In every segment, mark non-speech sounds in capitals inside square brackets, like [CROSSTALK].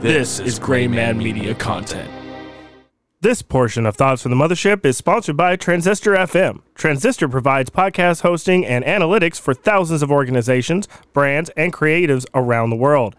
This is Gray Man Media content. This portion of Thoughts from the Mothership is sponsored by Transistor FM. Transistor provides podcast hosting and analytics for thousands of organizations, brands, and creatives around the world.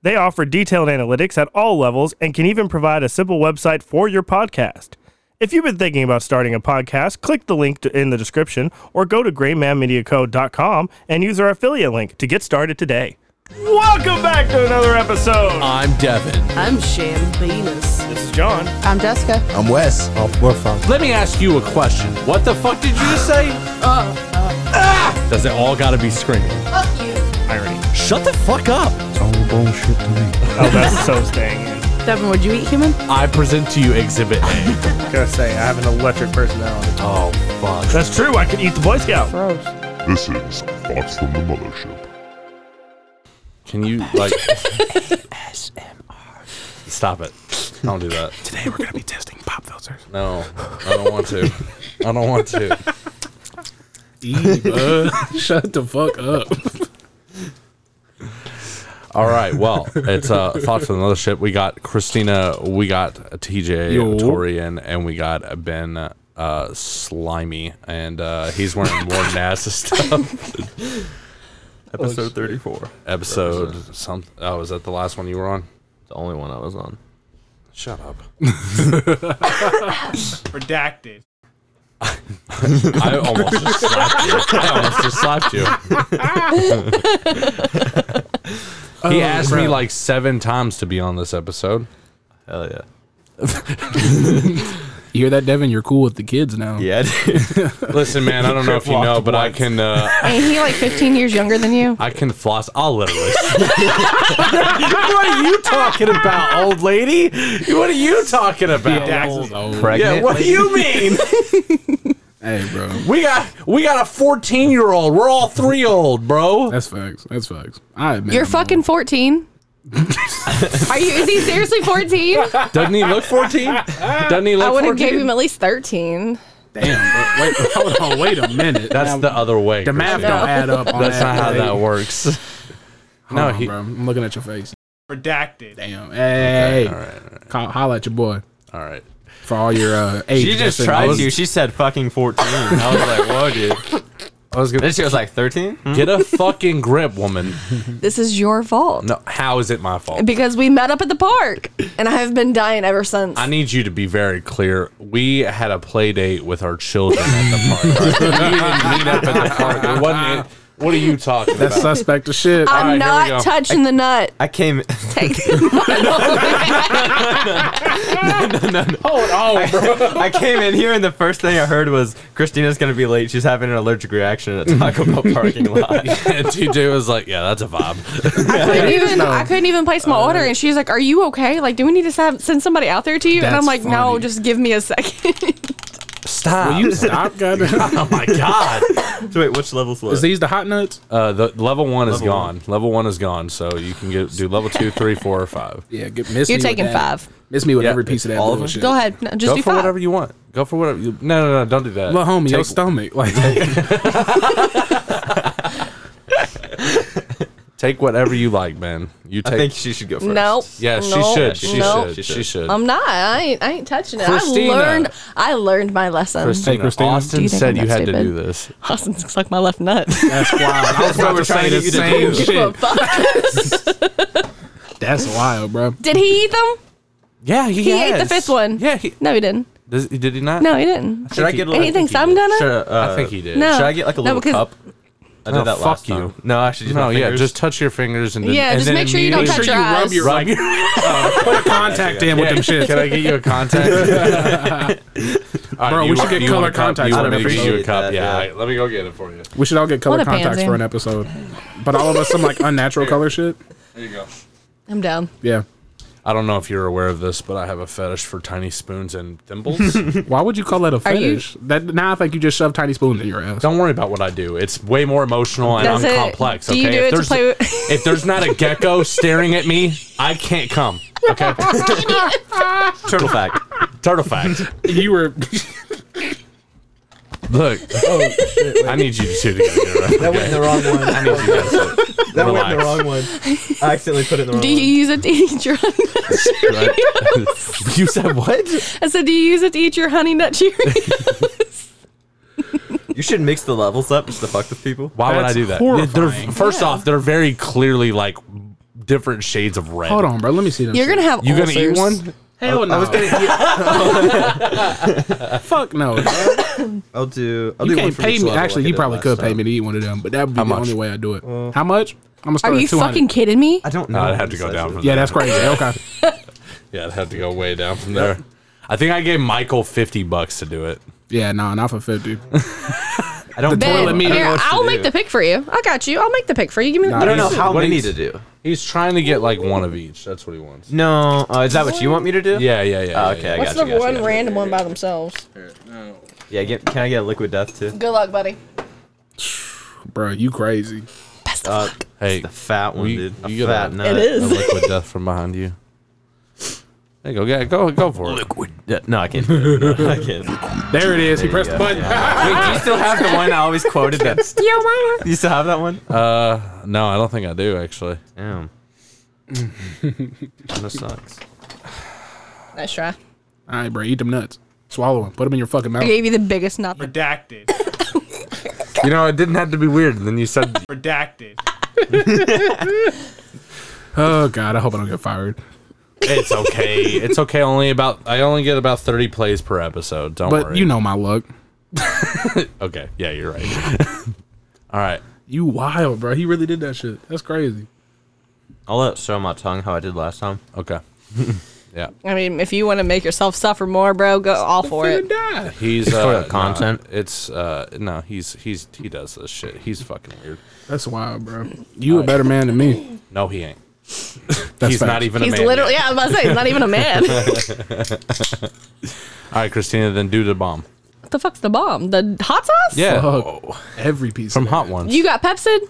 They offer detailed analytics at all levels and can even provide a simple website for your podcast. If you've been thinking about starting a podcast, click the link to- in the description or go to graymanmediaco.com and use our affiliate link to get started today. Welcome back to another episode. I'm Devin. I'm Sham Venus. This is John. I'm Jessica. I'm Wes. Oh, we're from. Let me ask you a question. What the fuck did you just say? Uh, ah! Does it all gotta be screaming? Irony. Shut the fuck up. Oh, that's so staying in. Devin, would you eat human? I present to you Exhibit A. [LAUGHS] Gotta say, I have an electric personality. oh, fuck. That's true. I could eat the Boy Scout. Gross. This is Thoughts from the Mothership. Can you, like. SMR. Stop it. Don't do that. Today we're gonna be testing pop filters. No, I don't want to. I don't want to. [LAUGHS] Shut the fuck up. All right, well, it's uh, Thoughts from the Mothership. We got Christina, we got TJ Yo. Torian, and we got Ben uh, Slimy, and uh, he's wearing [LAUGHS] more NASA stuff. Episode 34. Episode something. Oh, is that the last one you were on? The only one I was on. Shut up. Redacted. I almost just slapped you. I almost just slapped you. he asked me like seven times to be on this episode. Hell yeah. You hear that, Devin? You're cool with the kids now. Yeah, [LAUGHS] dude. Listen, man, I don't know if you know, but I can uh, Ain't he like 15 years younger than you? I can floss. I'll literally. [LAUGHS] what are you talking about, old lady? what are you talking about? Old, old. Pregnant? what do you [LAUGHS] mean? Oh. Hey, bro. We got we got a 14 year old. We're all three old, bro. That's facts. That's facts. I admit. You're I'm [LAUGHS] fucking 14. Are you? Is he seriously 14? Doesn't he look 14? Doesn't he [LAUGHS] I look would 14? have gave him at least 13. old. Damn. Wait, [LAUGHS] hold on. Wait a minute. That's Now, the other way. the math Christina. don't add up. On That's not how that Hey, works. hold No, on, he- bro. I'm looking at your face. Redacted. Damn. Hey. All right, Call, holla at your boy all right. for all [LAUGHS] your uh, age. She just testing. tried I was- you. She said fucking 14. I was like, whoa, dude. I was gonna Hmm? Then she was like, 13? [LAUGHS] get a fucking grip, woman. This is your fault. No, how is it my fault? Because we met up at the park and I have been dying ever since. I need you to be very clear. We had a play date with our children at the park. all right? we didn't meet up at the park. It wasn't. What are you talking That's about? suspect as [LAUGHS] shit. right, here I'm we go. not touching the nut. I came. [LAUGHS] [LAUGHS] Take the nut. [LAUGHS] I came in here, and the first thing I heard was Christina's gonna be late. She's having an allergic reaction at a Taco Bell parking lot. and TJ was like, [LAUGHS] "Yeah, that's a vibe." I couldn't even. I couldn't even place Uh, my order, and she's like, "Are you okay? Like, do we need to send send somebody out there to you?" and That's I'm like, "No, funny. just give me a second. [LAUGHS] Stop. Will you [LAUGHS] stop, goddamn? oh my god. So wait, which level's Is left? these the hot nuts? Uh, the level one is gone. Level one is gone, so you can get do level two, three, four, or five. Yeah, get, miss You're me with taking that. five. Miss me with Yeah, every piece of that all of them? bullshit. Go ahead, No, just Go do for five. whatever you want. Go for whatever. You, no, no, no, don't do that. Well, homie, your Take- stomach. [LAUGHS] [LAUGHS] Like, Take whatever you like, man. You I take. think she should go first. Nope. yeah, she Nope. should. She Nope. should. She She should. should. I'm not. I ain't. I ain't touching it. Christina. I learned. I learned my lesson. Christina, Christina. Do Austin you think said I'm you that had to do [LAUGHS] stupid? this. [LAUGHS] Austin sucked my left nut. that's wild. I was about to say the same shit. That's wild, bro. Did he eat them? Yeah, he, He ate the fifth one. Yeah, he, No, he didn't. does, did he not? No, he didn't. Should I get a And little? he thinks I'm gonna. Should, uh, I think he did. No. Should I get like a No, little because- cup? I did No, that fuck last you. time. No, I should use No, my yeah, fingers. just touch your fingers and then, Yeah, and just then make sure you don't immediately- touch your eyes. Rub your- [LAUGHS] uh, Put a contact in with them shit. Can I get you a contact? [LAUGHS] All right, Bro, you we should want- get you color want a cup? contacts You for want me to everybody. get you a cup? That, yeah, yeah. all right, let me go get it for you. We should all get color What a contacts pansy. for an episode. But all of us some like [LAUGHS] unnatural color shit. There you go. I'm down. Yeah. I don't know if you're aware of this, but I have a fetish for tiny spoons and thimbles. Why would you call that a Are you- fetish? That now I think you just shove tiny spoons in your ass. don't worry about what I do. It's way more emotional and Does I'm it- complex. do Okay. you do if, it to there's, play with- if there's not [LAUGHS] a gecko staring at me, I can't come. Okay. turtle fact. Turtle fact. You were Look, Oh shit! I Wait. need you two to get it right. That went in the wrong one. I need you guys to [LAUGHS] That went in the relax. wrong one. I accidentally put it in the wrong Do you use it to eat your honey nut Cheerios? Right? you said what? I said, do you use it to eat your honey nut Cheerios? [LAUGHS] You should mix the levels up just to fuck with people. Why would I That's do that? horrifying. They're- first off, they're very clearly like different shades of red. Hold on, bro. Let me see them. Oh, You're gonna shit. have You gonna ulcers. eat one? Hell no. Fuck no. bro. I'll do. I'll do one You can't for pay each me. level like Actually, I you did probably last could pay time. me to eat one of them, but that would be the much? only way I do it. How much? I'm gonna Are start you at 200. fucking kidding me? I don't know. I'd have to go Besides down Oh, it. from there. Yeah, that's crazy. Okay. Yeah, I'd have to go way down from there. I think I gave Michael fifty bucks to do it. Yeah, nah, not for 50. I don't. The know. toilet Ben, meal. here, What I'll make the pick for you. I got you. I'll make the pick for you. Give me I don't know He's- how what many he's- to do. He's trying to get like one of each. That's what he wants. No, uh, is that what you want me to do? Yeah, yeah, yeah. yeah, Oh, okay, yeah. I got you. Got you, got you. random one by themselves? Yeah, get, can I get a liquid death too? Good luck, buddy. Bro, you crazy. Best Uh, of luck. Hey, The fat one, We- dude. A you fat gotta- nut. It is. a liquid death from behind you. There you go. Yeah, go, go for it. Liquid. Yeah, no, I can't. do it. [LAUGHS] No, I can't. There it is. There He you pressed go. the button. Wait, do you still have the one I always quoted? That [LAUGHS] [LAUGHS] you still have that one? Uh, no, I don't think I do actually. [LAUGHS] Damn. that sucks. Nice try. All right, bro. Eat them nuts. Swallow them. Put them in your fucking mouth. I gave you the biggest nut. Redacted. You know, it didn't have to be weird. And then you said, Redacted. Oh, God. I hope I don't get fired. "It's okay. [LAUGHS] It's okay." Only about I only get about thirty plays per episode. Don't But worry. you know my luck. Okay. Yeah, you're right. [LAUGHS] All right. You wild, bro. He really did that shit. That's crazy. I'll let show my tongue how I did last time. Okay. Yeah. I mean, if you want to make yourself suffer more, bro, go all for Finna it. die. He's for uh, the content. nah, it's uh no. He's he's he does this shit. He's fucking weird. That's wild, bro. You a better man than me. No, he [LAUGHS] ain't. That's he's not facts. even. a He's man literally, yet. yeah, I was about to say, he's not even [LAUGHS] a man. what All right, Christina. Then do the bomb. the fuck's the bomb? The hot sauce? Yeah. Fuck. Oh, Every piece From of that. hot ones. You got Pepsid?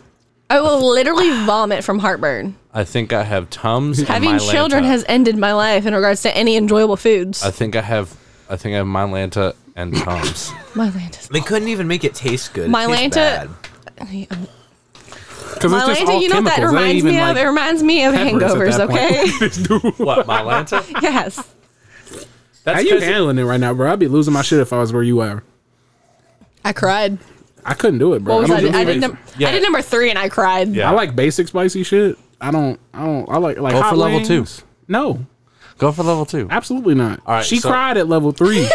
I will [SIGHS] literally vomit from heartburn. I think I have Tums. and Having Mylanta. children has ended my life in regards to any enjoyable foods. Uh, I think I have. I think I have Mylanta [COUGHS] and Tums. My Lanta's. They couldn't even make it taste good. It My tastes Lanta- bad. 'Cause My it's just all Lanta, you know what that chemicals. They ain't reminds even, me of? like, It reminds me of peppers at hangovers, that point. okay? what Mylanta? [LAUGHS] yes. How That's you 'cause it- handling it right now, bro? I'd be losing my shit if I was where you are. I cried. I couldn't do it, bro. What was I? I, don't did- do I it. did, num- Yeah. I did number three and I cried. Yeah. I like basic spicy shit. I don't. I don't. I like like Go hot for level two. wings. No, Go for level two. absolutely not. All right, she so- cried at [LAUGHS] level three.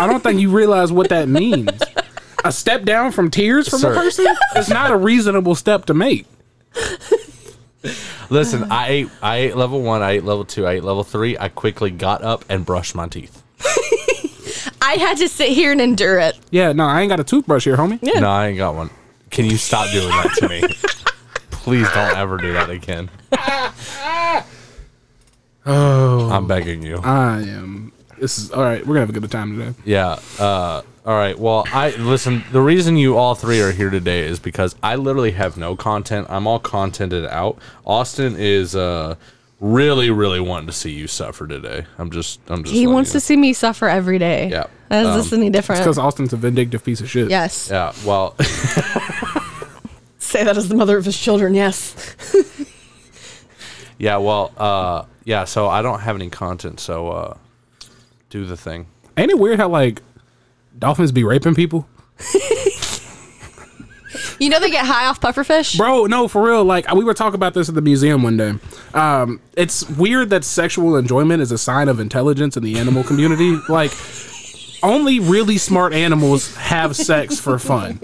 I don't think you realize what that means. A step down from tears from Sir. a person is not a reasonable step to make. Listen, I ate. I ate level one. I ate level two. I ate level three. I quickly got up and brushed my teeth. I had to sit here and endure it. Yeah, no, I ain't got a toothbrush here, homie. Yeah. No, I ain't got one. Can you stop doing that to [LAUGHS] me? Please don't ever do that again. Oh, I'm begging you. I am. This is all right. We're gonna have a good time today. Yeah. Uh, all right. Well, I listen. The reason you all three are here today is because I literally have no content. I'm all contented out. Austin is uh, really, really wanting to see you suffer today. I'm just. I'm just. He letting wants you to see me suffer every day. Yeah. Is this any Because different? Austin's a vindictive piece of shit. Yes. know. Yeah. Well. [LAUGHS] Say that as the mother of his children. Yes. Yeah. Well. Uh, yeah. So I don't have any content. So uh, do the thing. Ain't it weird how like dolphins be raping people? You know they get high off pufferfish. bro no for real like we were talking about this at the museum one day um it's weird that sexual enjoyment is a sign of intelligence in the animal community like only really smart animals have sex for fun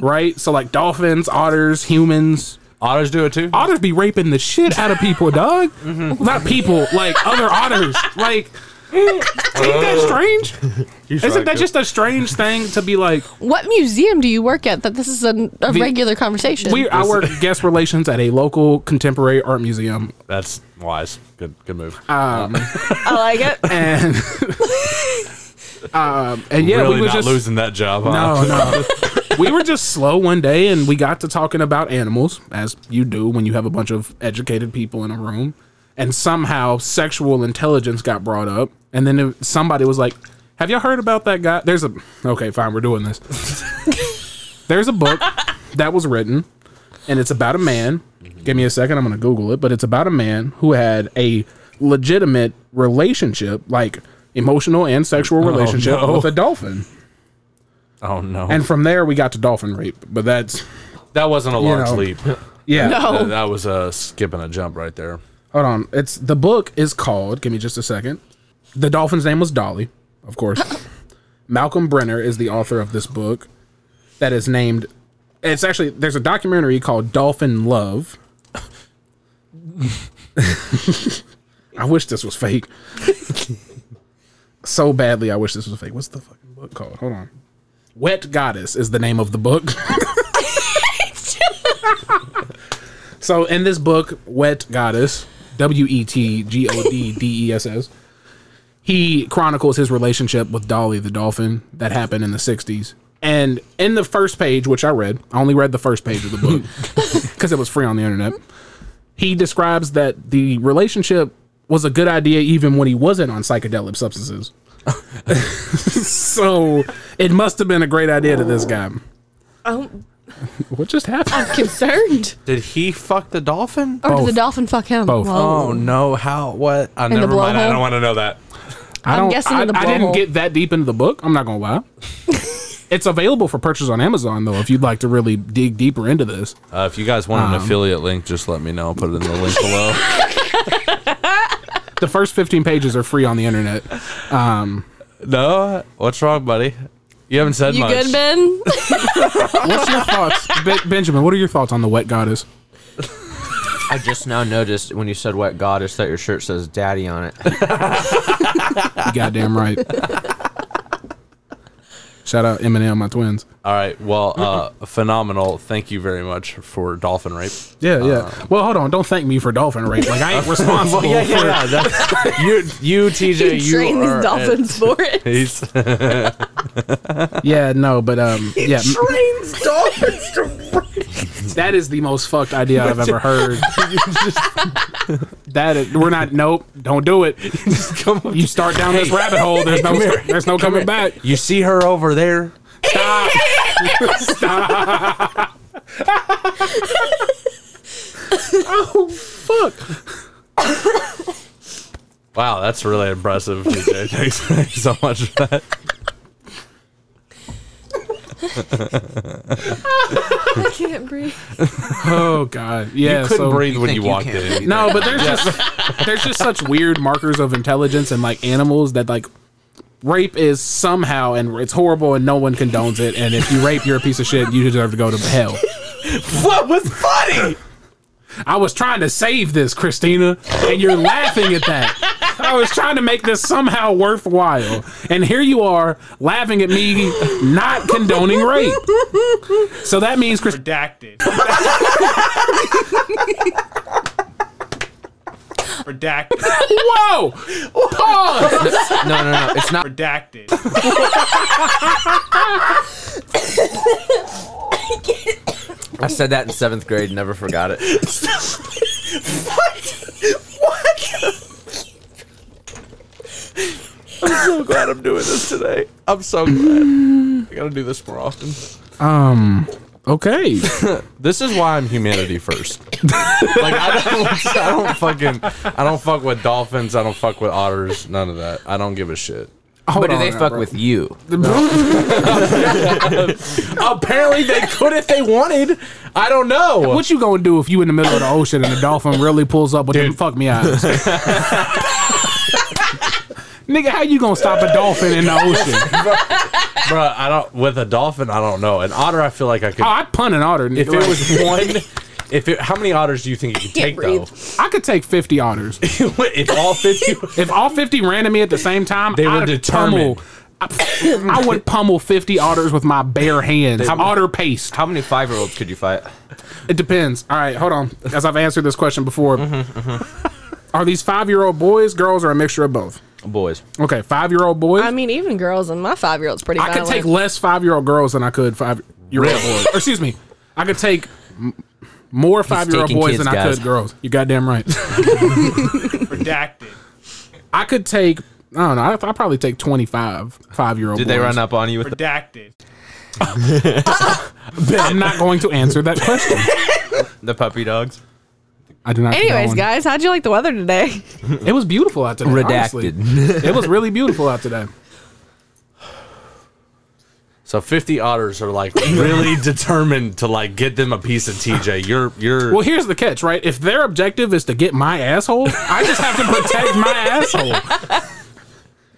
right so like dolphins otters humans Otters do it too. otters be raping the shit out of people dog not people like other otters like Ain't that Uh, strange? Isn't that just a strange thing to be like? What museum do you work at that this is a, a The- regular conversation? We, I work guest relations at a local contemporary art museum That's wise. Good. Good move. I like it. and um, and yeah, really we were not just losing that job. Huh? no, no. we were just slow one day, and we got to talking about animals, as you do when you have a bunch of educated people in a room, and somehow sexual intelligence got brought up, and then it, somebody was like. Have y'all heard about that guy? There's a okay, fine, we're doing this. There's a book that was written, and it's about a man. Give me a second, I'm gonna Google it, but it's about a man who had a legitimate relationship, like emotional and sexual relationship no. with a dolphin. [LAUGHS] Oh no, And from there we got to dolphin rape. But that's that wasn't a large know. leap. yeah. [LAUGHS] No. That, that was a skip and a jump right there. Hold on. It's the book is called, give me just a second. The dolphin's name was Dolly, of course. Malcolm Brenner is the author of this book that is named it's actually there's a documentary called Dolphin Love. [LAUGHS] I wish this was fake. [LAUGHS] so badly I wish this was fake. What's the fucking book called? Hold on. Wet Goddess is the name of the book. [LAUGHS] So in this book, Wet Goddess, W E T G O D D E S S, he chronicles his relationship with Dolly the dolphin that happened in the 60s. And in the first page, which I read, I only read the first page of the book because it was free on the internet. He describes that the relationship was a good idea even when he wasn't on psychedelic substances. so it must have been a great idea to this guy. I'm What just happened? concerned. Did he fuck the dolphin? Or did Both. the dolphin fuck him? Both. Whoa. Oh, no, how? What? I the never mind. I blowhole? don't want to know that. I I'm don't. guessing I, in the I didn't blowhole. get that deep into the book. I'm not gonna [LAUGHS] lie. it's available for purchase on Amazon though. If you'd like to really dig deeper into this, Uh, if you guys want an affiliate link, just let me know. Put it in the link [LAUGHS] below. the first 15 pages are free on the internet. Um, no, what's wrong, buddy? You haven't said You much. [LAUGHS] good, Ben? what's your thoughts, Be- Benjamin? What are your thoughts on the Wet Goddess? [LAUGHS] I just now noticed when you said wet goddess that your shirt says daddy [LAUGHS] on it. You goddamn right. Shout out Eminem, my twins. All right. Well, uh, phenomenal. Thank you very much for dolphin rape. Yeah, yeah. well, hold on. Don't thank me for dolphin rape. Like I [LAUGHS] ain't responsible. for- That's, you, [LAUGHS] you, TJ, you Train these are dolphins for it. He's, [LAUGHS] Yeah, no, but um, yeah. Trains dolphins [LAUGHS] to That is the most fucked idea I've ever [LAUGHS] heard. that is, we're not. Nope, don't do it. You start down this rabbit hole. There's no. There's no coming [LAUGHS] back. you see her over there. Stop. Stop. oh fuck. Wow, that's really impressive, [LAUGHS] TJ. Thanks, thanks so much for that. I can't breathe. Oh god. Yeah. you couldn't so, breathe when you, think you walked can. in. No, but there's just there's just such weird markers of intelligence and like animals that like rape is somehow and it's horrible and no one condones it and if you rape you're a piece of shit you deserve to go to hell. [LAUGHS] What was funny? I was trying to save this, Christina, and you're laughing at that. I was trying to make this somehow worthwhile, and here you are laughing at me not condoning rape. So that means Chris. Redacted. Redacted. [LAUGHS] Whoa! Pause. No, no, no. It's not. Redacted. I said that in seventh grade. Never forgot it. I'm glad I'm doing this today. I'm so glad. I gotta do this more often. Um. [LAUGHS] Okay. This is why I'm humanity first. [LAUGHS] like I don't, [LAUGHS] I don't fucking, I don't fuck with dolphins. I don't fuck with otters. None of that. I don't give a shit. but do they fuck with you? [LAUGHS] [LAUGHS] Apparently they could if they wanted. I don't know. What you gonna do if you in the middle of the ocean and the dolphin really pulls up with them fuck me [LAUGHS] eyes? Nigga, how you gonna stop a dolphin in the ocean? Bro, I don't. With a dolphin, I don't know. An otter, I feel like I could. Oh, I punt an otter. if it was [LAUGHS] one, if it, how many otters do you think you could take though? I could take fifty otters. [LAUGHS] if all [LAUGHS] fifty, If all 50 ran at me at the same time, They were I'd determined. Pummel, I, I would pummel 50 otters with my bare hands. Otter paste. How many five year olds could you fight? It depends. All right, [LAUGHS] hold on. As I've answered this question before, Mm-hmm, are these five year old boys, girls, or a mixture of both? Boys. Okay, five year old boys. I i mean, even girls and my five year old's pretty could violent. take less five year old girls than I could five year old boys. Or excuse me, I could take. m- More five year old taking boys kids, than I guys. [LAUGHS] could girls. You goddamn right. Redacted. I could take I don't know. I I probably take 25 five year old. Did they run up on you with the Redacted. I'm not going to answer that question. The puppy dogs. I do not. think I Anyways, wanna- guys, how'd you like the weather today? it was beautiful out today. honestly. Redacted. [LAUGHS] it was really beautiful out today. So fifty otters are like really determined to like get them a piece of TJ. You're you're Well, here's the catch, right? If their objective is to get my asshole, I just have to protect my asshole.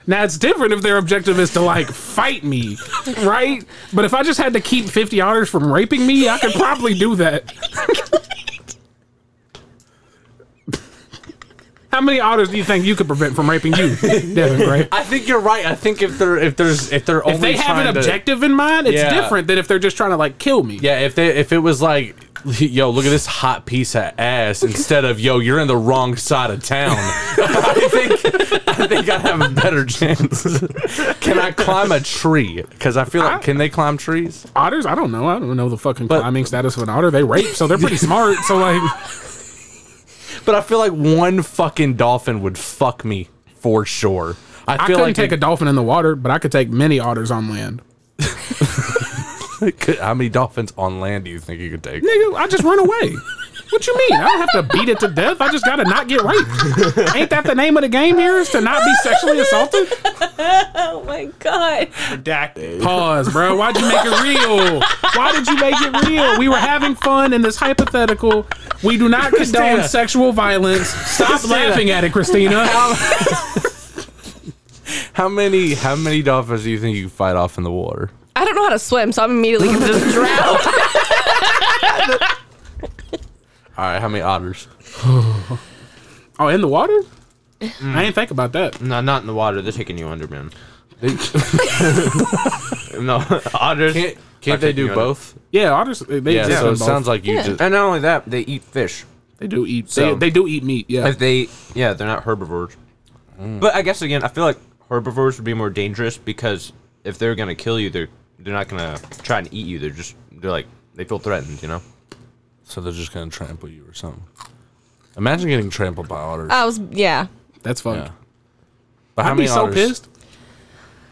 Now it's different if their objective is to like fight me, right? But if I just had to keep fifty otters from raping me, I could probably do that. How many otters do you think you could prevent from raping you, Devin Gray? I think you're right. I think if they're if there's if they're If only they have trying an to- objective in mind, it's Yeah. different than if they're just trying to like kill me. yeah, if they if it was like [LAUGHS] yo, look at this hot piece of ass instead of yo, you're in the wrong side of town. [LAUGHS] I think I think I'd have a better chance. [LAUGHS] Can I climb a tree? Because I feel like I- can they climb trees? Otters, I don't know. I don't know the fucking But- climbing status of an otter. They rape, [LAUGHS] so they're pretty smart. So like. But I feel like one fucking dolphin would fuck me for sure. I I feel couldn't like take a it- dolphin in the water, but I could take many otters on land. could- how many dolphins on land do you think you could take? Nigga, I just run away. What you mean? I don't have to beat it to death. I just gotta not get raped. Ain't that the name of the game here? Is to not be sexually assaulted? [LAUGHS] Oh my god. Redacted. Pause, bro. Why'd you make it real? Why did you make it real? We were having fun in this hypothetical. We do not condone sexual violence. Stop laughing at it, Christina. How many how many dolphins do you think you could fight off in the water? I don't know how to swim, so I'm [LAUGHS] immediately gonna just drown. All right, how many otters? Oh, in the water? Mm. I ain't think about that. No, not in the water. They're taking you under, man. no, [LAUGHS] otters. Can't can't they do both? Yeah, otters. They, they Yeah, exist so in it both. sounds like you Yeah. just And not only that, they eat fish. they do eat. So- they, they do eat meat. Yeah, If they, yeah, they're not herbivores. Mm. But I guess again, I feel like herbivores would be more dangerous because if they're gonna kill you, they're they're not gonna try and eat you. They're just they're like they feel threatened, you know. [LAUGHS] so they're just gonna trample you or something. Imagine getting trampled by otters. I was yeah. that's fucked. Yeah. But how I'd be many so otters? pissed.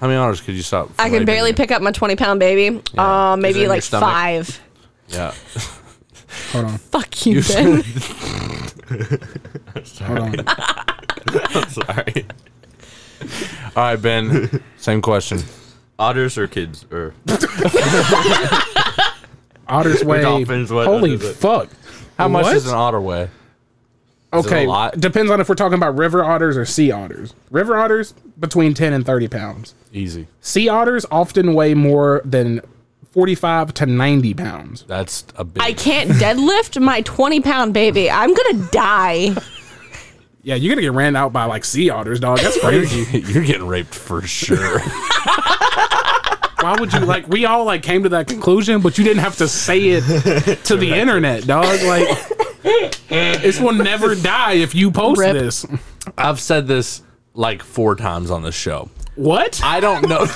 How many otters could you stop? from I can raping barely you? pick up my 20 pound baby. Yeah. Is it Uh, in maybe your like stomach? [LAUGHS] five. Yeah. Hold on. Fuck you, Ben. [LAUGHS] Hold on. Sorry. All right, Ben. Same question. Otters or kids [LAUGHS] or [LAUGHS] Otters weigh. dolphins, what- holy what is it? fuck! How much What? does an otter weigh? it Okay, a lot? depends on if we're talking about river otters or sea otters. River otters between ten and thirty pounds. Easy. Sea otters often weigh more than forty-five to ninety pounds. That's a big. [LAUGHS] I can't deadlift my 20 pound baby. I'm gonna [LAUGHS] die. Yeah, you're gonna get ran out by like sea otters, [LAUGHS] dog. That's crazy. [LAUGHS] You're getting raped for sure. Why would you like? We all like came to that conclusion, but you didn't have to say [LAUGHS] it to the internet, dog. Like. [LAUGHS] This will never die if you post Rip. this. [LAUGHS] I've said this like four times on the show. What? I don't know.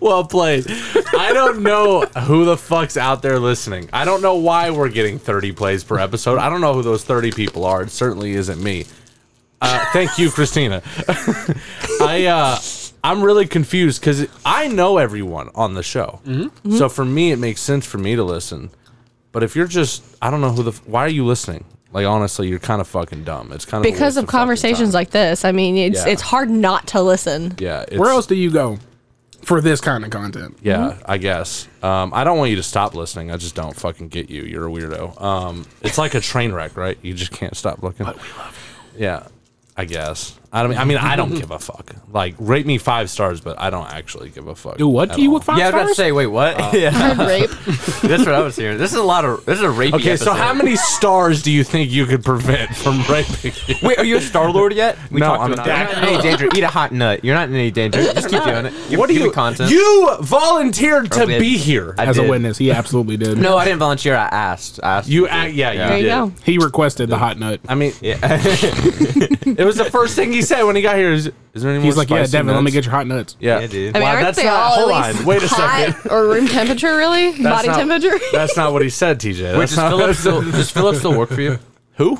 well played. I don't know who the fuck's out there listening. I don't know why we're getting 30 plays per episode. I don't know who those 30 people are. It certainly isn't me. Uh, thank you, Christina. [LAUGHS] I uh, I'm really confused because I know everyone on the show, so for me it makes sense for me to listen. But if you're just, I don't know who the. f- Why are you listening? Like honestly, you're kind of fucking dumb. It's kind of Because of conversations like this, I mean, it's Yeah. it's hard not to listen. yeah. It's, Where else Hmm? do you go for this kind of content? Yeah, I guess. Um, I don't want you to stop listening. I just don't fucking get you. You're a weirdo. Um, it's like a train wreck, right? You just can't stop looking. But we love you. Yeah, I guess. I don't. I mean, I don't give a fuck. Like, rate me five stars, but I don't actually give a fuck. Do what at to you all. with five yeah, I was about to stars? say, wait, what? [LAUGHS] yeah, [LAUGHS] Heard rape. that's what I was hearing. Oh. This is a lot of this is a rapey. Okay, so how many stars do you think you could prevent [LAUGHS] from raping? you? Wait, are you a Star Lord yet? We No, talked I'm about not. that. You're not in any danger. Eat a hot nut. You're not in any danger. [LAUGHS] Just keep doing it. You're what do you? Content. You volunteered to Or did- be here. I As did. a witness, he [LAUGHS] absolutely did. No, I didn't volunteer. I asked. I asked You, act, [LAUGHS] yeah, There you did. go. He requested the hot nut. I mean, [LAUGHS] Yeah. it was the first thing he said when he got here. Is, is there any He's more like, yeah, spicy Devin, let nuts?" me get your hot nuts. Yeah, Yeah, dude. I mean, Wow, aren't that's they not- all hold at least on, wait a hot second. [LAUGHS] or room temperature? Really? Body not- [LAUGHS] temperature? That's not what he said, TJ. That's does not [LAUGHS] Philip still does Philip still work for you? who?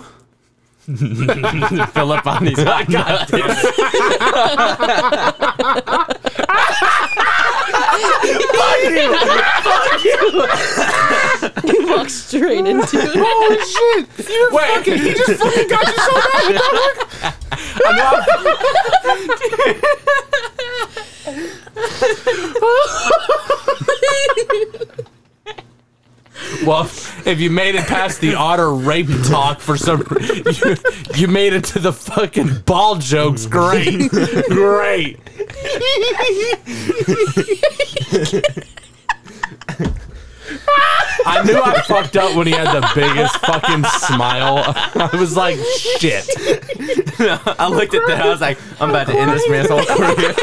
Fill up on [LAUGHS] these hot [LAUGHS] contents. [LAUGHS] You [LAUGHS] walk straight into it. Holy shit! You fucking, he just fucking got you so bad. [LAUGHS] Well, if you made it past the otter rape talk for some, [LAUGHS] you, you made it to the fucking ball jokes. Great, great. I knew I fucked up when he had the biggest fucking smile. [LAUGHS] I was like, shit. I looked at that. I was like, I'm about to end this man's whole career.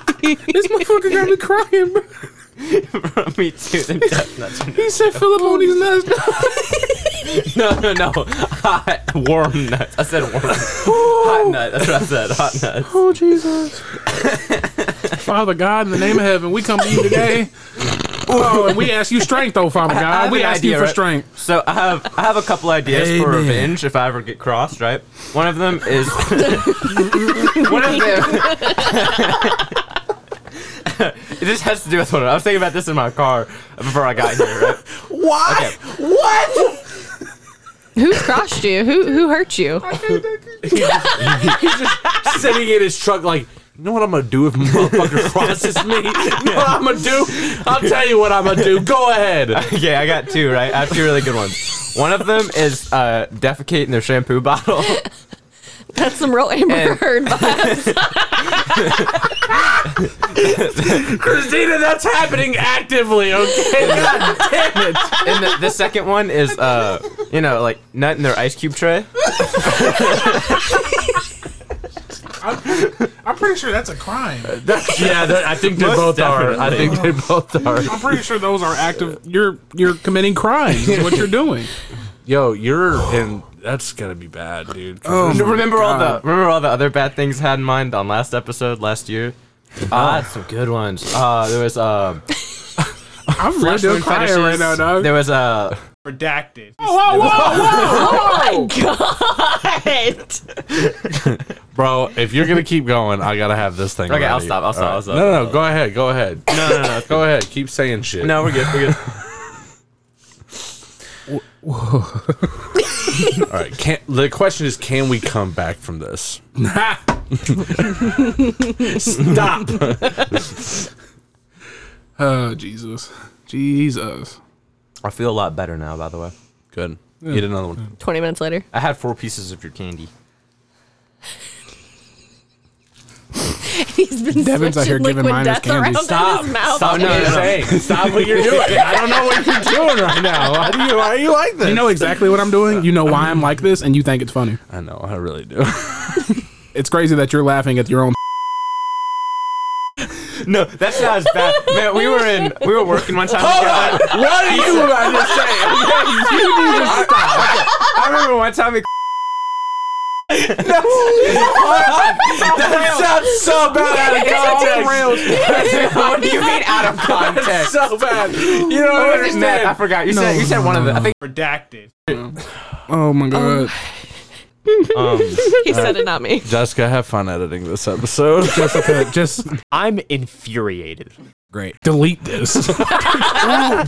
[LAUGHS] This motherfucker got me crying, bro. [LAUGHS] Me [LAUGHS] too. [LAUGHS] Them death nuts. He said Philip on these [LAUGHS] nuts. No, no, no. [LAUGHS] Hot warm nuts. I said warm. Hot nut. That's what I said. Hot nuts. Oh, Jesus. Father God, in the name of heaven, we come to you today. Oh, and we ask you strength, though, Father I God. have We an ask idea, you for right? strength. So I have I have a couple ideas for Amen. revenge if I ever get crossed, right? One of them is one of them. [LAUGHS] it just has to do with one. I was thinking about this in my car before I got here. Right? [LAUGHS] What? Okay. What? Who crushed you? Who who hurt you? He's just sitting in his truck like, you know what I'm gonna do if a [LAUGHS] motherfucker crosses me? You know what I'm gonna do? I'll tell you what I'm gonna do. Go ahead. Okay, I got two. Right, I have two really good ones. One of them is uh, defecate in their shampoo [LAUGHS] bottle. That's some real Amber And- [LAUGHS] Heard vibes. Christina, that's happening actively, okay? [LAUGHS] God damn it. and the, the second one is uh you know like nut in their ice cube tray I'm pretty sure that's a crime. yeah, that- I think they Most both are. I definitely. think they both are. [LAUGHS] I'm pretty sure those are active. You're you're committing crimes. Is what you're doing. Yo, you're in. That's gonna be bad, dude. Oh, remember all the remember all the other bad things I had in mind on last episode last year ah that's some good ones uh there was um I'm real flesh deal wound crying fetishes. right now, dog. there was uh Redacted. [LAUGHS] Oh Bro, if you're gonna keep going, I gotta have this thing. Okay, I'll ready. stop, I'll stop, All I'll stop. No, no, no, go ahead, go ahead. No, no, no, go ahead. Keep saying shit. no we're good we're good All right. Can the question is, can we come back from this? Stop. [LAUGHS] Oh Jesus, Jesus. [LAUGHS] I feel a lot better now by the way Good. Eat another one. Twenty minutes later. I had four pieces of your candy [LAUGHS] He's been Devin's out switching here giving liquid minors death candy. around in Stop. his mouth. Stop. What No, are you no, no. saying? Stop what [LAUGHS] you're doing. I don't know what you're doing right [LAUGHS] now. Why do you? Why are you like this? You know exactly what I'm doing. You know why I'm like this, and you think it's funny. I know. I really do. [LAUGHS] It's crazy that you're laughing at your own. no that's not as bad [LAUGHS] man we were in we were working one time together what are you about to [LAUGHS] say? I remember one time we [LAUGHS] That sounds so bad out of [LAUGHS] context. what do you mean out [LAUGHS] of That's [LAUGHS] context so bad. You don't What was it, Matt? I understand. forgot you said you said one of the I think Redacted. [LAUGHS] Oh my God. He said it, not me. Jessica, have fun editing this episode. Jessica, Uh, just I'm infuriated. great. Delete this. [LAUGHS]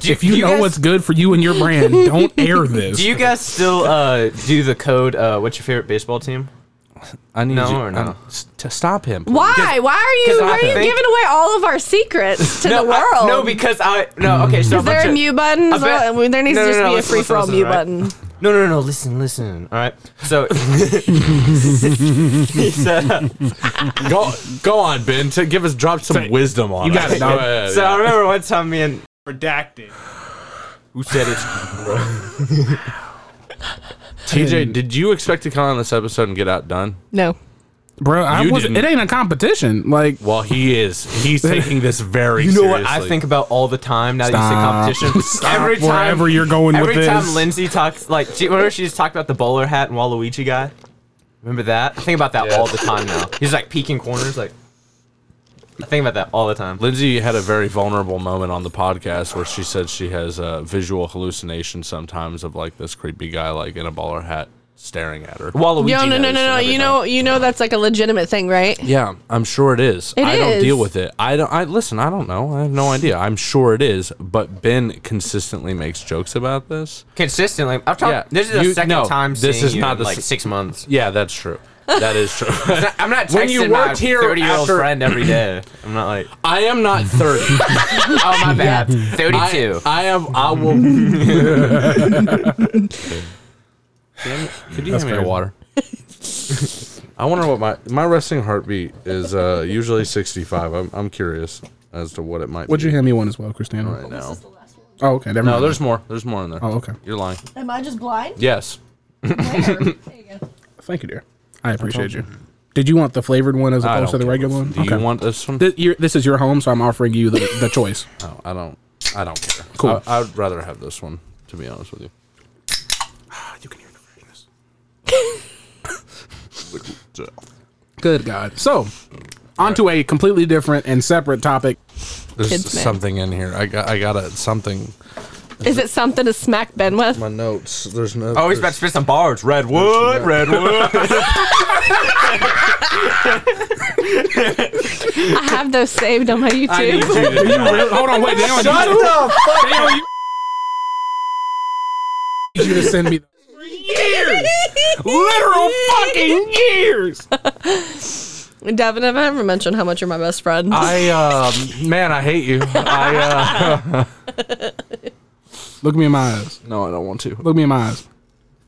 if you, know what's good for you and your brand, don't air this. Do you guys still uh, do the code? Uh, what's your favorite baseball team? I need No you or no? um, s- to stop him. Why? Why are 'cause you? I Why are you think- giving away all of our secrets to no, the I- world? no, because I no. Okay, so a is there bunch a of- mute button? I bet- So, there needs No, no, to just no, be a listen, free listen, for all listen, mute right? button. No, no, no, no. Listen, listen. All right. So [LAUGHS] he said- Go, go on, Ben. To give us drop some wisdom on. You got it, dog. Go ahead, so yeah. I remember one time me and Redacted. who said it? [LAUGHS] TJ, did you expect to come on this episode and get outdone? No. Bro, I You was didn't. it ain't a competition. Like Well, he is. [LAUGHS] He's taking this very. You know what I think about all the time now that you say [LAUGHS] competition. every time, wherever you're going with every time this. Lindsay talks, like, she, remember she's talked about the bowler hat and Waluigi guy. Remember that? I think about that all the time now. He's like peeking corners, like. I think about that all the time. Lindsay had a very vulnerable moment on the podcast where uh, she said she has a visual hallucination sometimes of like this creepy guy like in a baller hat staring at her. Yo, no, no, no, no. You know, you know that's like a legitimate thing, right? Yeah, I'm sure it is. It I don't is. deal with it. I don't. I listen. I don't know. I have no idea. I'm sure it is. But Ben consistently makes jokes about this. Consistently, I've talked. Yeah, this is the you- second no, time. this seeing is you not in, the like s- six months. Yeah, that's true. That is true. [LAUGHS] I'm not texting When you my worked here thirty-year-old after- friend every day. I'm not like. I am not 30. [LAUGHS] Oh [LAUGHS] my bad. Thirty-two. I, I am. I will. [LAUGHS] Damn, it. could you hand me a water? I wonder what my my resting heartbeat is. Uh, usually 65. I'm I'm curious as to what it might. Would be you hand me one as well, Christina? right now? Oh, okay. Never No, mind. there's more. There's more in there. Oh, okay. You're lying. Am I [LAUGHS] just blind? Yes. Thank you, dear. I appreciate you. Did you want the flavored one as I opposed to don't the care regular what's- one? Do you want this one? Th- your- this is your home, so I'm offering you the, the [LAUGHS] choice. no, I don't. I don't care. Cool. I, I'd rather have this one, to be honest [LAUGHS] with you. Good God. So, onto a completely different and separate topic. There's Kids, man. something in here. I got. I got a, something. Is it something to smack Ben with? My notes. There's no. Oh, he's about to spit some bars. Redwood, [LAUGHS] redwood. I have those saved on my YouTube. Hold on, wait. Shut the fuck you, need you to send me literal fucking years. Devin, have I ever mentioned how much you're my best friend? I um man, I hate you. I uh Look me in my eyes. [LAUGHS] no, I don't want to. Look me in my eyes.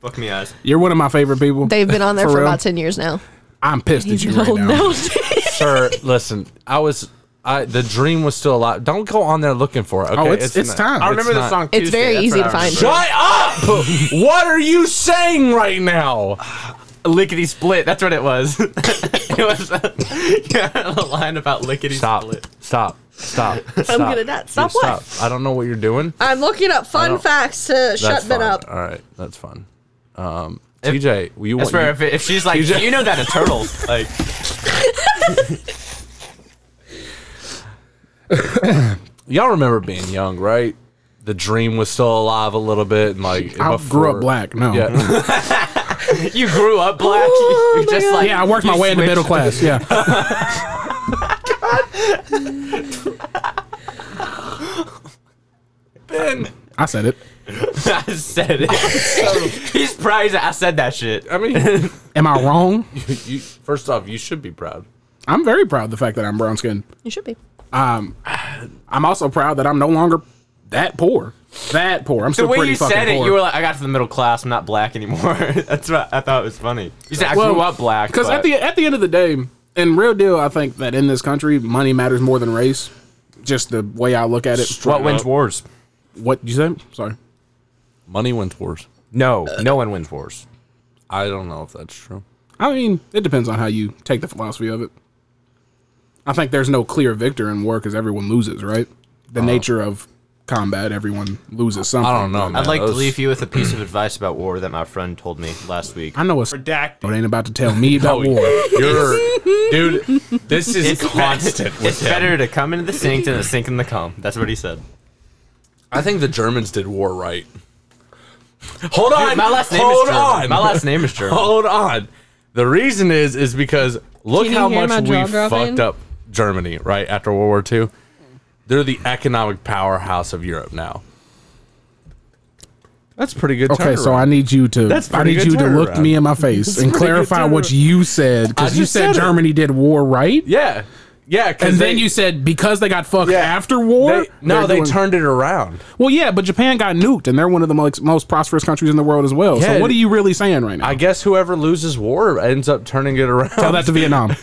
Fuck me eyes. You're one of my favorite people. They've been on there For for, real? about 10 years now. I'm pissed [LAUGHS] at you right now. [LAUGHS] Sir, listen. I was I the dream was still alive. Don't go on there looking for it. Okay, Oh, it's it's, not- time. I remember the not- song. It's very Tuesday, easy that's to what I find. remember. Shut [LAUGHS] up! what are you saying right now? Lickety split. That's what it [LAUGHS] was. it was a, yeah, a line about lickety Stop. split. Stop. Stop. Stop. good at that. Stop Yeah, what? Stop. I don't know what you're doing. I'm looking up fun don't- facts to That's [LAUGHS] shut Ben fine. up. All right, that's fun. Um, TJ, you I want swear, you, if, if she's like, just- you know that a turtle, [LAUGHS] like, y'all remember being young, right? The dream was still alive a little bit, and like I grew before- up black. No. Yeah. Yeah, [LAUGHS] you grew up black. Oh, You're my just God. like, I worked my you way into switched. middle class. Yeah. [LAUGHS] I said it. [LAUGHS] I said [LAUGHS] it. He's proud that I said that shit. I [LAUGHS] mean, Am I wrong? you, first off, you should be proud. I'm very proud of the fact that I'm brown skinned. You should be. I'm also proud that I'm no longer that poor. That poor. I'm The still way pretty you fucking said it, poor. you were like, I got to the middle class. I'm not black anymore. [LAUGHS] That's what I thought was funny. You said I grew up black. Because at but- the at the end of the day, in real deal, I think that in this country, money matters more than race. Just the way I look at it. what wins wars? What you say? Sorry. Money wins wars. No, no one wins wars. I don't know if that's true. I mean, it depends on how you take the philosophy of it. I think there's no clear victor in war because everyone loses, right? The nature of combat, everyone loses something. Uh-huh. I don't know, man. I'd like to Those- leave you with a piece of advice about war that my friend told me last week. I know it's it Redacted. ain't about to tell me [LAUGHS] Oh, about war. [LAUGHS] You're, dude, this is [LAUGHS] It's constant. It's better to come into the sink than to sink in the cum. That's what he said. I think the Germans did war right. Hold on. My last name hold is German. on. My last name is German. Hold on. The reason is is because look Can you how hear my much we jaw dropping? fucked up Germany right after World War II. They're the economic powerhouse of Europe now. That's pretty good. Okay, so turnaround. I need you to That's I pretty need good you to look turnaround. me in my face and clarify what you said because I you just said, said it. Germany did war right, yeah, yeah. 'cause and then they- you said because they got fucked Yeah. after war. They, no, they're they doing- turned it around. Well, yeah, but Japan got nuked, and they're one of the most, most prosperous countries in the world as well. Yeah. So what are you really saying right now? I guess whoever loses war ends up turning it around. Tell that [LAUGHS] to Vietnam.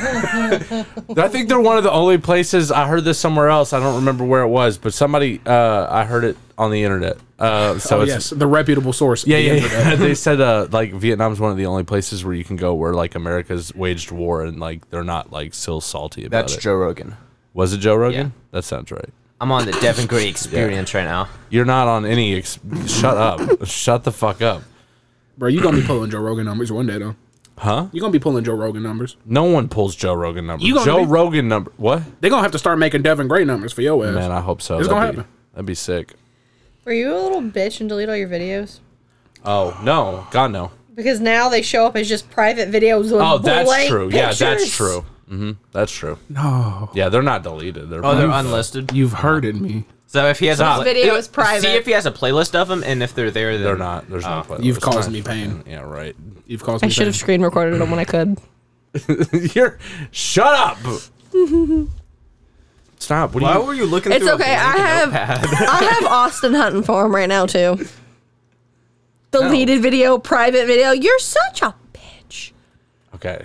I think they're one of the only places I heard this somewhere else. I don't remember where it was, but somebody uh, I heard it on the internet. Uh, so oh, it's yes, the reputable source. yeah, yeah. yeah. they said uh, like Vietnam's one of the only places where you can go where like America's waged war and like they're not like still salty about it. Rogan. Was it Joe Rogan? Yeah. That sounds right. I'm on the Devin [LAUGHS] Gray experience right now. You're not on any. Ex- shut up. [LAUGHS] Shut the fuck up. Bro, you're gonna be pulling Joe Rogan numbers one day though. Huh? You're gonna be pulling Joe Rogan numbers. No one pulls Joe Rogan numbers. You gonna Joe be- Rogan number. What? They're gonna have to start making Devin Gray numbers for your ass. Man, I hope so. It's that'd gonna be, happen. That'd be sick. Were you a little bitch and delete all your videos? Oh no, God no. Because now they show up as just private videos with Oh, that's blank true. Yeah, that's pictures. true. hmm That's true. No. Yeah, they're not deleted. They're Oh, they're private. unlisted. You've hurted me. Oh, So if he has Stop. a This video it- is private. See if he has a playlist of them, and if they're there, then They're not. There's no playlist. Oh, You've caused Fine. me pain. Yeah, right. You've caused I me should pain. have screen recorded them when I could. [LAUGHS] You're shut up. Stop. What do Why you? were you looking? It's through okay. A blank I have notepad? I have Austin hunting for him right now too. Deleted video, private video. You're such a bitch. Okay.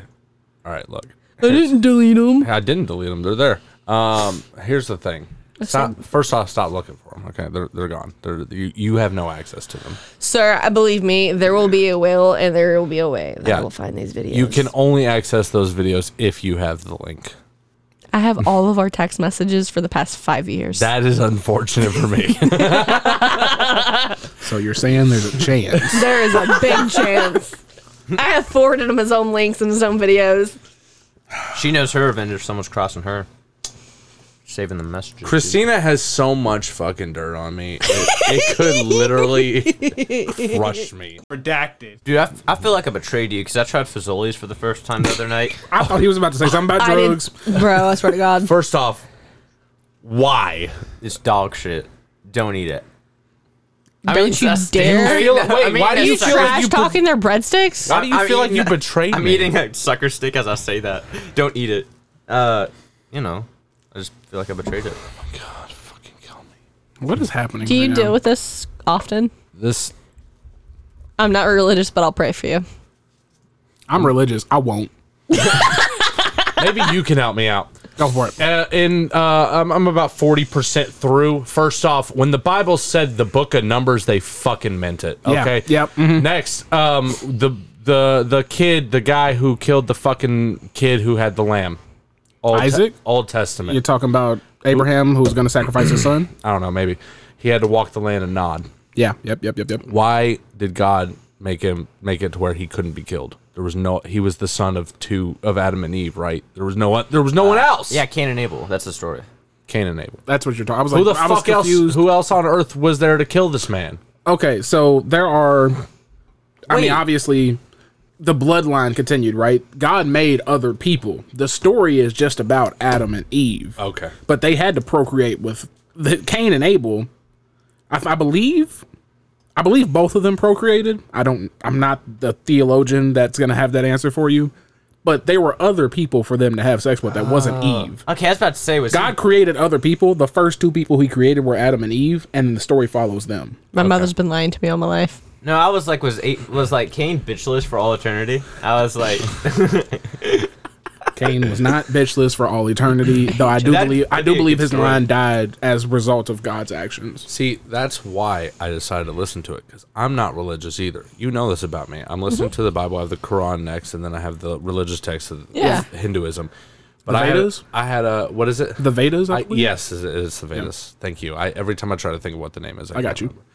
All right. Look, I didn't delete them. I didn't delete them. They're there. Um, here's the thing. Stop. First off, stop looking for them. Okay, they're they're gone. They're you, you have no access to them. Sir, I believe me, there will be a will and there will be a way that I will find these videos. You can only access those videos if you have the link. I have all of our text messages for the past five years. That is unfortunate for me. So you're saying there's [LAUGHS] a chance. there is a big chance. I have forwarded him his own links and his own videos. she knows her revenge if someone's crossing her. Saving the [LAUGHS] messages. Christina has so much fucking dirt on me. It, it could [LAUGHS] literally crush me. Redacted. Dude, I, f- I feel like I betrayed you because I tried Fazoli's for the first time the other night. I thought he was about to say something about I didn't- drugs. Bro, I swear to God. First off, why? It's dog shit. Don't eat it. Don't you dare. feel- wait, why do Are you you feel like trash you talking their breadsticks? Why do you I'm feel like you eating- betrayed I'm me? eating a sucker stick as I say that. Don't eat it. Uh, you know, I just feel like I betrayed it. God, fucking kill me. What is happening? Do you right deal now? with this often? This I'm not religious, but I'll pray for you. I'm religious. I won't. maybe you can help me out. Go for it. Uh, in uh, I'm, I'm about forty percent through. First off, when the Bible said the book of Numbers, they fucking meant it. Yeah. Okay. Yep. Mhm. Next, um, the the the kid, the guy who killed the fucking kid who had the lamb, Old Te- Isaac? Old Testament. You're talking about Abraham, who's going to sacrifice his son. I don't know. Maybe he had to walk the land and nod. Yeah. Yep. Yep. Yep. Yep. Why did God make him make it to where he couldn't be killed? There was no. He was the son of two of Adam and Eve, right? There was no. There was no Uh, one else. Yeah, Cain and Abel. That's the story. Cain and Abel. That's what you're talking. I was Who like, the I was fuck else? confused. Who else on earth was there to kill this man? Okay, so there are. I Wait. mean, obviously, the bloodline continued, right? God made other people. The story is just about Adam and Eve, Okay. but they had to procreate with the Cain and Abel. I, I believe, I believe both of them procreated. I don't. I'm not the theologian that's going to have that answer for you, but there were other people for them to have sex with that wasn't Eve. Okay, I was about to say was God created other people. The first two people he created were Adam and Eve, and the story follows them. My mother's been lying to me all my life. No, I was like was eight, was like Cain bitchless for all eternity. I [LAUGHS] was like Kane was not bitchless for all eternity, though I do That- believe I that'd do be a believe good his story. line died as a result of God's actions. See, that's why I decided to listen to it because I'm not religious either. You know this about me. I'm Mm-hmm. listening to the Bible. I have the Quran next, and then I have the religious text of Yeah. of Hinduism. But The I had, Vedas? I had a what is it? The Vedas, I, I, believe? yes, it is the Vedas. Thank you. I every time I try to think of what the name is, I got can't you. remember.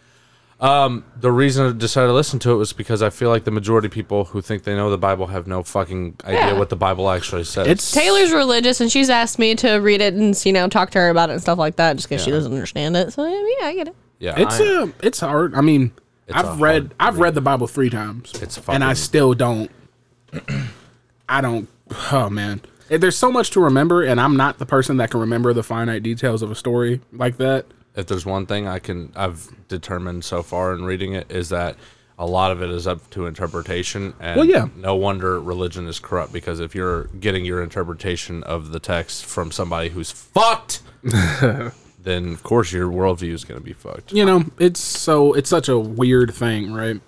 Um, the reason I decided to listen to it was because I feel like the majority of people who think they know the Bible have no fucking idea Yeah. what the Bible actually says. It's Taylor's religious, and she's asked me to read it and you know talk to her about it and stuff like that, just because she doesn't understand it. So yeah, I get it. yeah, it's I- um it's hard. I mean, a I've hard read I've read the Bible three times, It's and I fucking- still don't. [CLEARS THROAT] I don't. Oh man, Eh, there's so much to remember, and I'm not the person that can remember the finite details of a story like that. if there's one thing I can I've determined so far in reading it is that a lot of it is up to interpretation and Well, yeah. no wonder religion is corrupt because if you're getting your interpretation of the text from somebody who's [LAUGHS] fucked then of course your worldview is going to be fucked you know, it's so it's such a weird thing, right?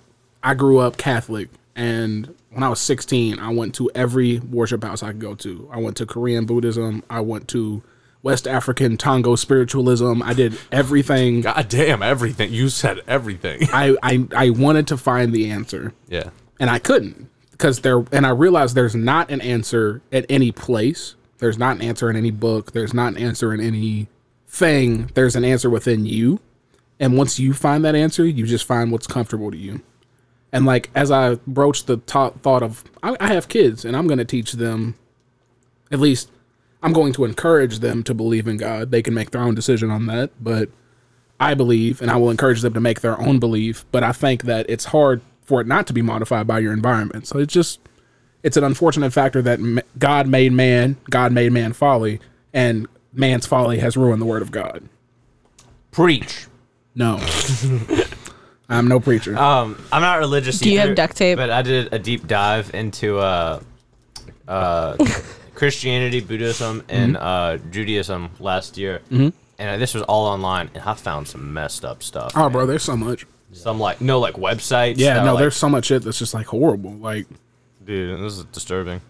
I grew up Catholic, and when I was 16, I went to every worship house I could go to. I went to Korean Buddhism. I went to West African Tongo spiritualism. I did everything. god damn everything you said [LAUGHS] everything I, I I wanted to find the answer, yeah and I couldn't because there. And I realized there's not an answer at any place. There's not an answer in any book. There's not an answer in any thing. There's an answer within you. And once you find that answer, you just find what's comfortable to you. And like as I broached the thought thought of, I, I have kids, and I'm going to teach them. At least, I'm going to encourage them to believe in God. They can make their own decision on that, but I believe, and I will encourage them to make their own belief, but I think that it's hard for it not to be modified by your environment. So it's just, it's an unfortunate factor that m- God made man, God made man folly, and man's folly has ruined the word of God. Preach. No. [LAUGHS] I'm no preacher. Um, I'm not religious. Do you either, have duct tape? But I did a deep dive into uh, [LAUGHS] uh, Christianity, Buddhism, and Mhm. uh, Judaism last year, Mhm. and uh, this was all online, and I found some messed up stuff. oh, bro, there's so much. Some like no like websites. Yeah, that no, are, like, there's so much shit that's just like horrible. Like, dude, this is disturbing.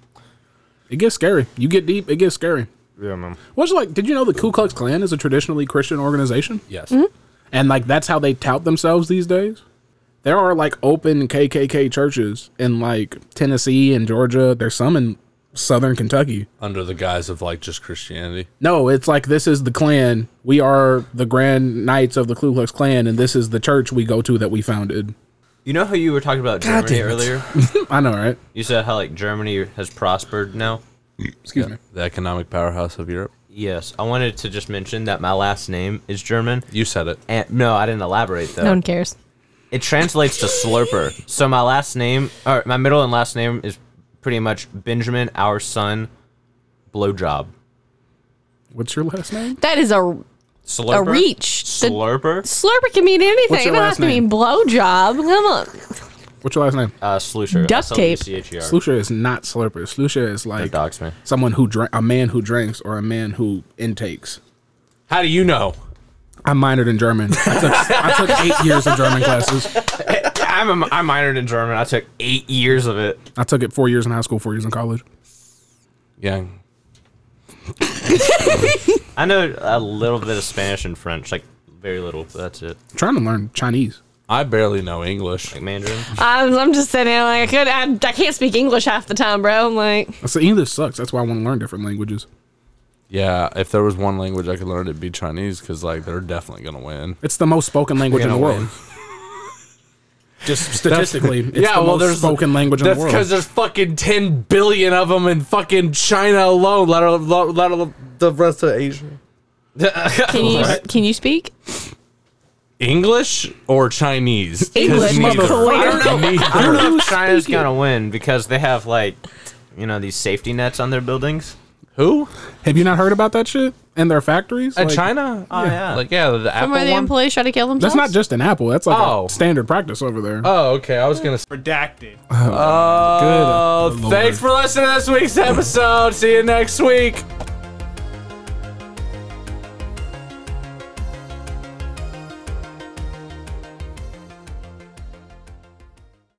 it gets scary. You get deep, it gets scary. Yeah, man. What's like? Did you know the Ku Klux Klan is a traditionally Christian organization? Yes. Mhm. And like that's how they tout themselves these days. There are like open KKK churches in like Tennessee and Georgia. There's some in Southern Kentucky. under the guise of like just Christianity. No, it's like this is the Klan. We are the Grand Knights of the Ku Klux Klan, and this is the church we go to that we founded. You know how you were talking about God Germany damn earlier? [LAUGHS] I know, right? You said how like Germany has prospered now. Excuse me. The economic powerhouse of Europe. Yes, I wanted to just mention that my last name is German. You said it. And, no, I didn't elaborate though. No one cares. It translates to slurper. So my last name, or my middle and last name, is pretty much Benjamin, our son, blowjob. What's your last name? That is a Slurper. a reach. The- Slurper. slurper can mean anything. What's it your doesn't last have to mean name? blowjob. Come on. What's your last name? Uh, Slusher. Duct tape. S-L-U-C-H-E-R. Slusher is not slurper. Slusher is like dox me. someone who drink, a man who drinks, or a man who intakes. How do you know? I minored in German. I took, I took eight years of German classes. I'm a, I minored in German. I took eight years of it. I took it four years in high school, four years in college. Yeah. I know a little bit of Spanish and French, like very little, but that's it. trying to learn Chinese. I barely know English. Like Mandarin. [LAUGHS] I'm, I'm just sitting there like I, could, I, I can't speak English half the time, bro. I'm like, So English sucks. That's why I want to learn different languages. Yeah, if there was one language I could learn, it'd be Chinese because like they're definitely gonna win. It's the most spoken language in the Gonna world. win. [LAUGHS] Just statistically, [LAUGHS] it's yeah, the well, most there's spoken language in the that's world. because there's fucking ten billion of them in fucking China alone. Let alone, let alone the rest of Asia. [LAUGHS] can you can you speak? English or [LAUGHS] Chinese? 'Cause English, neither. motherfucker. Neither. I don't know if China's gonna win because they have like, you know, these safety nets on their buildings. Who? Have you not heard about that shit in their factories? Uh, Like, China? Oh, yeah. Like yeah, the Apple Somewhere the one. employees try to kill themselves. That's not just an Apple. That's like Oh. a standard practice over there. Oh, okay. I was gonna. Oh, say. Redacted. Oh, Good thanks for listening to this week's episode. See you next week.